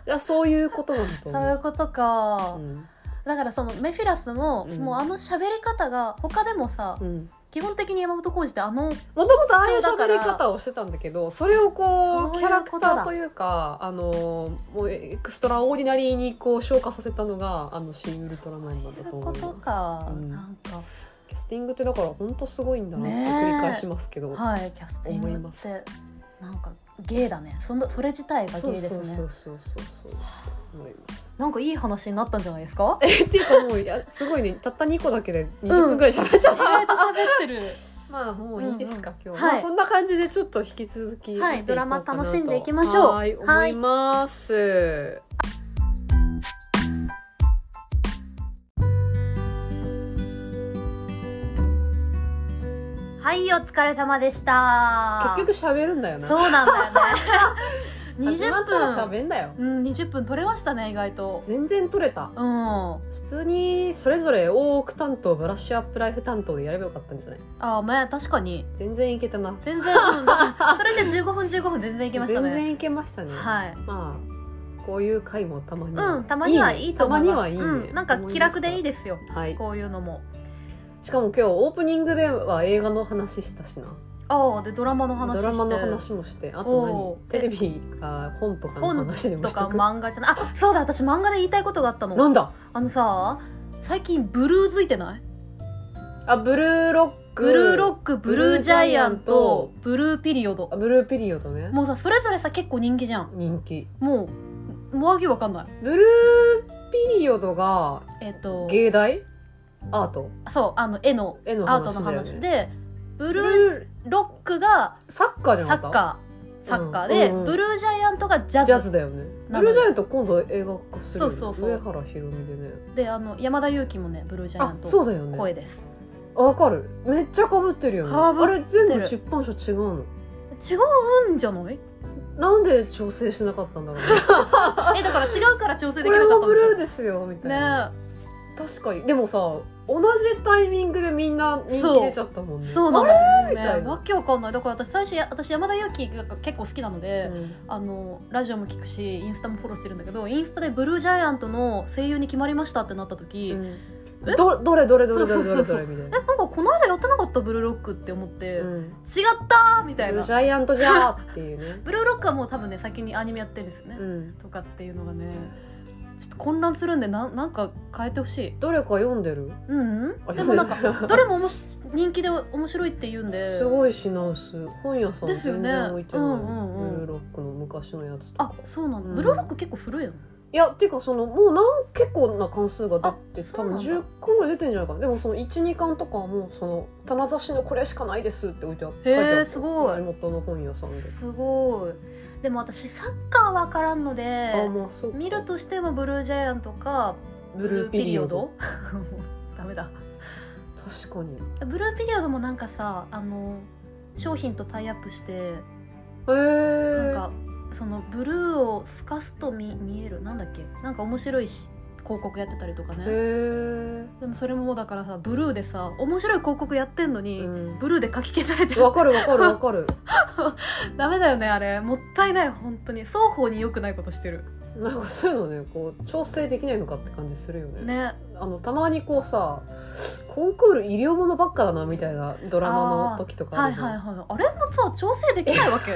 [SPEAKER 1] らそういうことなんだと
[SPEAKER 2] そうい
[SPEAKER 1] 思
[SPEAKER 2] う
[SPEAKER 1] う
[SPEAKER 2] ことか、
[SPEAKER 1] うん
[SPEAKER 2] だからそのメフィラスも、
[SPEAKER 1] うん
[SPEAKER 2] もうあの喋り方が他でもさ、
[SPEAKER 1] うん
[SPEAKER 2] 基本的に山本浩二ってあの
[SPEAKER 1] もともとああいう喋り方をしてたんだけどそれをこう
[SPEAKER 2] そう
[SPEAKER 1] キ
[SPEAKER 2] い
[SPEAKER 1] ャラ
[SPEAKER 2] う
[SPEAKER 1] ク
[SPEAKER 2] こと
[SPEAKER 1] タ
[SPEAKER 2] だ
[SPEAKER 1] ーというかあのもうエクストラオーディナリーにこう昇華させたのがあのシン・ウルトラマンなん
[SPEAKER 2] そう
[SPEAKER 1] だ
[SPEAKER 2] い
[SPEAKER 1] と
[SPEAKER 2] う
[SPEAKER 1] 思
[SPEAKER 2] こ
[SPEAKER 1] う
[SPEAKER 2] とか、
[SPEAKER 1] うん
[SPEAKER 2] なんか
[SPEAKER 1] キャスティングってだから本当すごいんだなって
[SPEAKER 2] ねえ
[SPEAKER 1] 繰り返しますけど、
[SPEAKER 2] はいキャスティン
[SPEAKER 1] 思い
[SPEAKER 2] グ
[SPEAKER 1] ま
[SPEAKER 2] っ
[SPEAKER 1] す
[SPEAKER 2] てなんか芸だねそんなそれ自体が
[SPEAKER 1] そう
[SPEAKER 2] 芸
[SPEAKER 1] そう
[SPEAKER 2] です
[SPEAKER 1] そ
[SPEAKER 2] ね
[SPEAKER 1] うそうそうそう思います。
[SPEAKER 2] なんかいい話になったんじゃないですか
[SPEAKER 1] えっていうかもういやすごいねたった2個だけで20分ぐらい喋っちゃった、
[SPEAKER 2] 意外と喋って る
[SPEAKER 1] まあもういいですか、今日、
[SPEAKER 2] はい
[SPEAKER 1] まあそんな感じでちょっと引き続き見ていこうかなと、
[SPEAKER 2] はいドラマ楽しんでいきましょう
[SPEAKER 1] はい思
[SPEAKER 2] はい
[SPEAKER 1] います、
[SPEAKER 2] はいお疲れ様でした
[SPEAKER 1] 結局喋るんだよな
[SPEAKER 2] そうなん だよね
[SPEAKER 1] 始ま
[SPEAKER 2] 20
[SPEAKER 1] ったら
[SPEAKER 2] 分
[SPEAKER 1] 喋んだよ
[SPEAKER 2] うん20分取れましたね意外と
[SPEAKER 1] 全然取れた
[SPEAKER 2] うんあ
[SPEAKER 1] 普通にそれぞれ大奥担当ブラッシュアップライフ担当でやればよかったんじゃない
[SPEAKER 2] あまあ確かに
[SPEAKER 1] 全然いけたない
[SPEAKER 2] 全然、うんだってそれで15分15分全然いけましたね
[SPEAKER 1] 全然いけましたね
[SPEAKER 2] はい
[SPEAKER 1] まあこういう回もたまには
[SPEAKER 2] うんたまにはいいと思い
[SPEAKER 1] ね
[SPEAKER 2] ま
[SPEAKER 1] た
[SPEAKER 2] す
[SPEAKER 1] まにはいいね、
[SPEAKER 2] うん、なんか気楽でいい
[SPEAKER 1] で
[SPEAKER 2] ですよ
[SPEAKER 1] すはい
[SPEAKER 2] こういうのも
[SPEAKER 1] しかも今日オープニングでは映画の話したしな
[SPEAKER 2] ああでドラマの話して
[SPEAKER 1] ドラマの話もしてあと
[SPEAKER 2] おう
[SPEAKER 1] 何テレビか本とかの話でも
[SPEAKER 2] と
[SPEAKER 1] した
[SPEAKER 2] か
[SPEAKER 1] く
[SPEAKER 2] 漫画じゃないあそうだ私漫画で言いたいことがあったの
[SPEAKER 1] なんだ
[SPEAKER 2] あのさ最近ブルー付いてない
[SPEAKER 1] あブルーロック
[SPEAKER 2] ブルーロックブルージャイアントブルーピリオ
[SPEAKER 1] あ
[SPEAKER 2] ド
[SPEAKER 1] ブルーピリオドね
[SPEAKER 2] もうさそれぞれさ結構人気じゃん
[SPEAKER 1] 人気
[SPEAKER 2] もうわけわかんない
[SPEAKER 1] ブルーピリオドが
[SPEAKER 2] えっ、と
[SPEAKER 1] 芸大アート
[SPEAKER 2] そうあの絵の
[SPEAKER 1] 絵の
[SPEAKER 2] アート
[SPEAKER 1] 話
[SPEAKER 2] の
[SPEAKER 1] だよ
[SPEAKER 2] 話
[SPEAKER 1] ね
[SPEAKER 2] でブ
[SPEAKER 1] ブ
[SPEAKER 2] ル
[SPEAKER 1] ル
[SPEAKER 2] ー
[SPEAKER 1] ー
[SPEAKER 2] ロックが
[SPEAKER 1] サッカーじゃ
[SPEAKER 2] サ
[SPEAKER 1] な
[SPEAKER 2] ッ
[SPEAKER 1] かっ
[SPEAKER 2] カーサッカー
[SPEAKER 1] うん
[SPEAKER 2] で
[SPEAKER 1] うんうん
[SPEAKER 2] ブルージャイアントがジ
[SPEAKER 1] た
[SPEAKER 2] ャズ
[SPEAKER 1] ジャズだよね
[SPEAKER 2] な
[SPEAKER 1] ブル
[SPEAKER 2] の
[SPEAKER 1] ージャイアント今度映画化するよね
[SPEAKER 2] そうそうそう
[SPEAKER 1] 上原ひろみでね
[SPEAKER 2] であの山田裕貴もねブルージャイア
[SPEAKER 1] あ
[SPEAKER 2] ン
[SPEAKER 1] そ
[SPEAKER 2] ト
[SPEAKER 1] うだよね
[SPEAKER 2] 声です、
[SPEAKER 1] あわかるめっちゃかぶってるよね
[SPEAKER 2] 被って
[SPEAKER 1] あ
[SPEAKER 2] る
[SPEAKER 1] れ全部出版社違うの
[SPEAKER 2] 違うんじ ゃない
[SPEAKER 1] なんで調整しなかったんだろうね
[SPEAKER 2] えだから違うから調整で
[SPEAKER 1] こ
[SPEAKER 2] きなか
[SPEAKER 1] れ
[SPEAKER 2] った
[SPEAKER 1] も
[SPEAKER 2] ん
[SPEAKER 1] ブ
[SPEAKER 2] でし
[SPEAKER 1] ルー
[SPEAKER 2] ょ
[SPEAKER 1] ですよみたいな、
[SPEAKER 2] ね
[SPEAKER 1] 確かにでもさ同じタイミングでみんな人気出ちゃったもん
[SPEAKER 2] え
[SPEAKER 1] ね
[SPEAKER 2] そうなの
[SPEAKER 1] みたい
[SPEAKER 2] よね
[SPEAKER 1] な
[SPEAKER 2] わけわかんないだから私最初や私山田裕貴が結構好きなの
[SPEAKER 1] あれ
[SPEAKER 2] で、
[SPEAKER 1] うん
[SPEAKER 2] あのラジオも聞くしインスタもフォローしてるんだけどインスタでブルージャイアントの声優に決まりましたってなった時、え
[SPEAKER 1] どどれどれどれどれ
[SPEAKER 2] そ
[SPEAKER 1] ど
[SPEAKER 2] うそ
[SPEAKER 1] れ
[SPEAKER 2] うそう
[SPEAKER 1] ど
[SPEAKER 2] そう
[SPEAKER 1] れみたい
[SPEAKER 2] えなんかこの間やってなかったブルーロックって思って、
[SPEAKER 1] な、う
[SPEAKER 2] 違っ
[SPEAKER 1] ん、
[SPEAKER 2] たーみ
[SPEAKER 1] ブ
[SPEAKER 2] たい
[SPEAKER 1] ル
[SPEAKER 2] な
[SPEAKER 1] ージャイアントじゃーっていうね
[SPEAKER 2] 、ブルーロックはもう多分ね先にアニメやってるんですよね、
[SPEAKER 1] うん、
[SPEAKER 2] とかっていうのがねちょっと混乱するんでなんなんか変えてほしい
[SPEAKER 1] どれか読んでる
[SPEAKER 2] うん、う
[SPEAKER 1] あ
[SPEAKER 2] ん、でもなん
[SPEAKER 1] 読んで
[SPEAKER 2] か
[SPEAKER 1] る
[SPEAKER 2] どれもおもし人気で面白いって言うんです
[SPEAKER 1] ごい品薄本屋さん
[SPEAKER 2] ですよ
[SPEAKER 1] 全
[SPEAKER 2] ね
[SPEAKER 1] 然置いてない、
[SPEAKER 2] うんうんうん
[SPEAKER 1] ブルーロックの昔のやつと
[SPEAKER 2] あ
[SPEAKER 1] か
[SPEAKER 2] そうなの、
[SPEAKER 1] うん
[SPEAKER 2] ブルーロック結構古いよね
[SPEAKER 1] いやっていうかそのもうなん結構な関数が出て
[SPEAKER 2] あ
[SPEAKER 1] 多
[SPEAKER 2] そうな
[SPEAKER 1] 分
[SPEAKER 2] んだ
[SPEAKER 1] 10巻ぐらい出てんじゃないかなでもその12巻とかはもうその棚差しのこれしかないですって置いてあって
[SPEAKER 2] へー
[SPEAKER 1] 書いてあった
[SPEAKER 2] すごい
[SPEAKER 1] 地元の本屋さんです
[SPEAKER 2] ごいでも私サッカーわからんので
[SPEAKER 1] あまあそう
[SPEAKER 2] 見るとしてもブルージャイアントか
[SPEAKER 1] ブルーピリオド
[SPEAKER 2] も うダメだ
[SPEAKER 1] 確かに
[SPEAKER 2] ブルーピリオドもなんかさあの商品とタイアップして
[SPEAKER 1] へ
[SPEAKER 2] なん
[SPEAKER 1] え
[SPEAKER 2] かそのブルーを透かすと見見えるなんだっけなんか面白いし広告やってたりとかね
[SPEAKER 1] へ
[SPEAKER 2] でもそれももうだからさブルーでさ面白い広告やってんの
[SPEAKER 1] え
[SPEAKER 2] に、
[SPEAKER 1] うん
[SPEAKER 2] ブルーで書き消されちゃ
[SPEAKER 1] わ
[SPEAKER 2] う
[SPEAKER 1] かるわかるわかる
[SPEAKER 2] ダメだよねあれもったいない本当に双方に良くないことしてる
[SPEAKER 1] なんかそういうのねこう調整できないのかって感じするよね
[SPEAKER 2] ね
[SPEAKER 1] あのたまにこうさコンクール医療ものばっかだなみたいなドラマの時とかあ
[SPEAKER 2] はい
[SPEAKER 1] るじゃん、
[SPEAKER 2] はいはいあれもさ調整できないわけ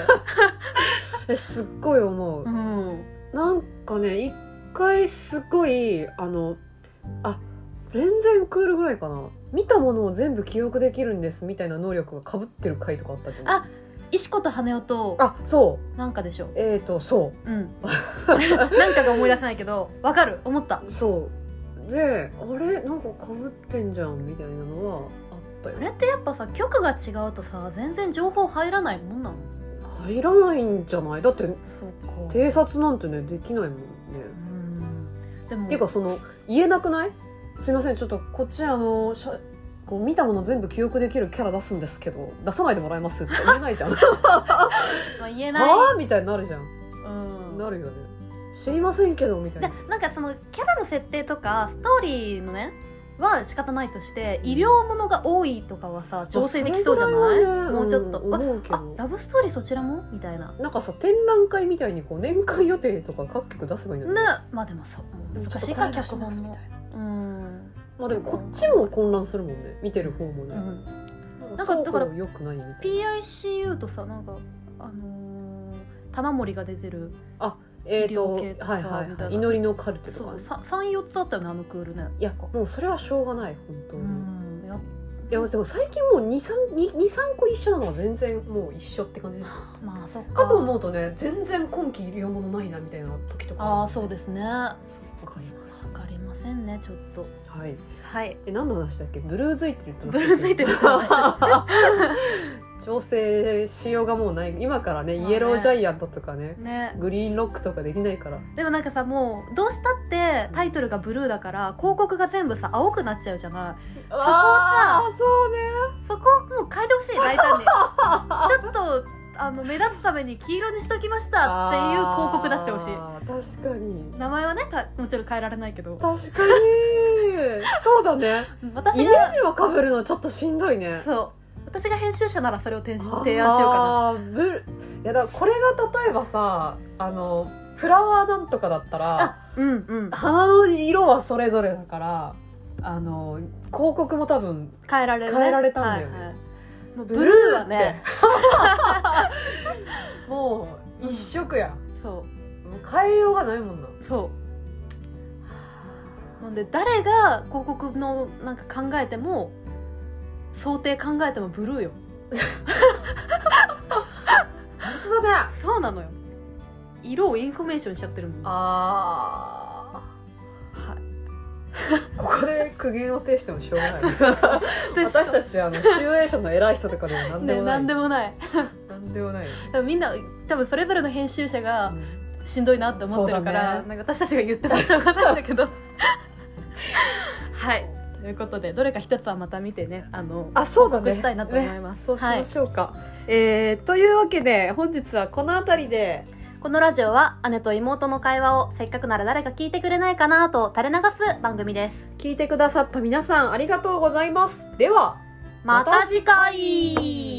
[SPEAKER 1] えすっごい思う、
[SPEAKER 2] うん
[SPEAKER 1] なんかね一回すごいあのあ全然クールぐらいかな見たものを全部記憶できるんですみたいな能力がかぶってる回とかあったけど
[SPEAKER 2] あ石子と羽男と
[SPEAKER 1] あそ
[SPEAKER 2] なんかでしょ
[SPEAKER 1] うえっ、ー、とそ
[SPEAKER 2] うん なんかが思い出せないけどわかる思った
[SPEAKER 1] うそうであれなんかかぶってんじゃんみたいなのはあったよ
[SPEAKER 2] あれってやっぱさ局が違うとさ全然情報入らないもんなの
[SPEAKER 1] 入らないんじゃないだって
[SPEAKER 2] そうか
[SPEAKER 1] 偵察なんてねできないもんね、
[SPEAKER 2] うんでも
[SPEAKER 1] っていうかその言えなくないすいませんちょっとこっちあのしゃこう見たもの全部記憶できるキャラ出すんですけど出さないでもらえますって言えないじゃんは
[SPEAKER 2] まあ言えない、
[SPEAKER 1] あみたいになるじゃん
[SPEAKER 2] うん
[SPEAKER 1] なるよね知りませんけどみたい
[SPEAKER 2] で
[SPEAKER 1] な
[SPEAKER 2] なんかそのキャラの設定とかストーリーのねは仕方ないとして医療ものが多いとかはさ調整できそうじゃない、
[SPEAKER 1] まあそれぐらはね
[SPEAKER 2] もうちょっと、
[SPEAKER 1] ん
[SPEAKER 2] あ
[SPEAKER 1] 思うけ
[SPEAKER 2] あ
[SPEAKER 1] ど
[SPEAKER 2] ラブストーリーそちらもみたいなね
[SPEAKER 1] なんかさ展覧会みたいにこう年間予定とか各局出せばいいのに
[SPEAKER 2] まあでもそう
[SPEAKER 1] でもちょっと
[SPEAKER 2] 難し
[SPEAKER 1] こ
[SPEAKER 2] いか
[SPEAKER 1] れ出
[SPEAKER 2] 脚
[SPEAKER 1] しま
[SPEAKER 2] 本
[SPEAKER 1] すみ
[SPEAKER 2] も
[SPEAKER 1] たいな
[SPEAKER 2] うん、
[SPEAKER 1] まあでもこっちも混乱するもんね見てる方もね、
[SPEAKER 2] うん、
[SPEAKER 1] なんかだからよくないみたいな
[SPEAKER 2] PICU とさなんかあのー玉森が出てる
[SPEAKER 1] えー
[SPEAKER 2] 医療系と
[SPEAKER 1] と
[SPEAKER 2] さ
[SPEAKER 1] はいは
[SPEAKER 2] み
[SPEAKER 1] い
[SPEAKER 2] た
[SPEAKER 1] はいい
[SPEAKER 2] な
[SPEAKER 1] 祈りのカルテとかね
[SPEAKER 2] 34つあったよねあのクールね
[SPEAKER 1] いやもうそれはしょうがない本当
[SPEAKER 2] う
[SPEAKER 1] に、
[SPEAKER 2] んやっ
[SPEAKER 1] でもでも最近もう23個一緒なのは全然もう一緒って感じですよ
[SPEAKER 2] まあそっか
[SPEAKER 1] かと思うとね全然今期両物ないなみたいな時とか
[SPEAKER 2] ああそうですすねわ
[SPEAKER 1] わかります
[SPEAKER 2] かりませんねちょっと
[SPEAKER 1] はい
[SPEAKER 2] はい
[SPEAKER 1] え何の話だっけブルー付いてるって話
[SPEAKER 2] ブルー付いてるって話
[SPEAKER 1] 調整しようがもうない今からね
[SPEAKER 2] まあ
[SPEAKER 1] イ
[SPEAKER 2] ね
[SPEAKER 1] エロージャイアントとかね
[SPEAKER 2] ね
[SPEAKER 1] グリーンロックとかできないから
[SPEAKER 2] でもなんかさもうどうしたってタイトルがブルーだから広告が全部さ青くなっちゃうじゃない
[SPEAKER 1] ああそうね
[SPEAKER 2] そこもう変えてほし い大胆にちょっとあの目立つために黄色にしときましたっていう広告出してほしい
[SPEAKER 1] しい確かに
[SPEAKER 2] 名前はねかもちろん変えられないけど
[SPEAKER 1] 確かにそうだねイ
[SPEAKER 2] 私
[SPEAKER 1] メ
[SPEAKER 2] が
[SPEAKER 1] ージをかぶるのちょっとしんどいね
[SPEAKER 2] そう私が編集者ならそれを提示提案しようかな
[SPEAKER 1] あーブルいやだからこれが例えばさあのフラワーなんとかだったら
[SPEAKER 2] あうんうん
[SPEAKER 1] 花の色はそれぞれだからあの広告も多分
[SPEAKER 2] 変えられる、ね、
[SPEAKER 1] 変えられたんだよね
[SPEAKER 2] はいはいもう
[SPEAKER 1] ブ
[SPEAKER 2] ブ
[SPEAKER 1] ルー
[SPEAKER 2] ルーはね
[SPEAKER 1] もう一色や、
[SPEAKER 2] そ
[SPEAKER 1] ん、もう変えようがないもんな
[SPEAKER 2] うそうなんで誰が広告のなんか考えても想定考えてもブルーよ
[SPEAKER 1] 本当だね
[SPEAKER 2] そうなのよ色をインフォメーションしちゃってるもんは
[SPEAKER 1] あーここで苦言を呈してもしょうが ないね
[SPEAKER 2] いで
[SPEAKER 1] 私たちあの集英社の偉い人とかでも何で
[SPEAKER 2] ね
[SPEAKER 1] もない、
[SPEAKER 2] 何でもない
[SPEAKER 1] なんでもない、
[SPEAKER 2] でもみんな多分それぞれの編集者がしんどいなって思ってるから、
[SPEAKER 1] そうだ
[SPEAKER 2] なんか私たちが言ってもしょうがないんだけどはいということでどれか一つはまた見てねあの
[SPEAKER 1] あそうだ
[SPEAKER 2] 報告
[SPEAKER 1] ね
[SPEAKER 2] したいなと思います、
[SPEAKER 1] そうし
[SPEAKER 2] はい
[SPEAKER 1] ま、しょうか、えーというわけで本日はこの辺りで
[SPEAKER 2] このラジオは姉と妹の会話をせっかくなら誰か聞いてくれないかなと垂れ流す番組です
[SPEAKER 1] 聞いてくださった皆さんありがとうございますではま
[SPEAKER 2] ま
[SPEAKER 1] た
[SPEAKER 2] た次回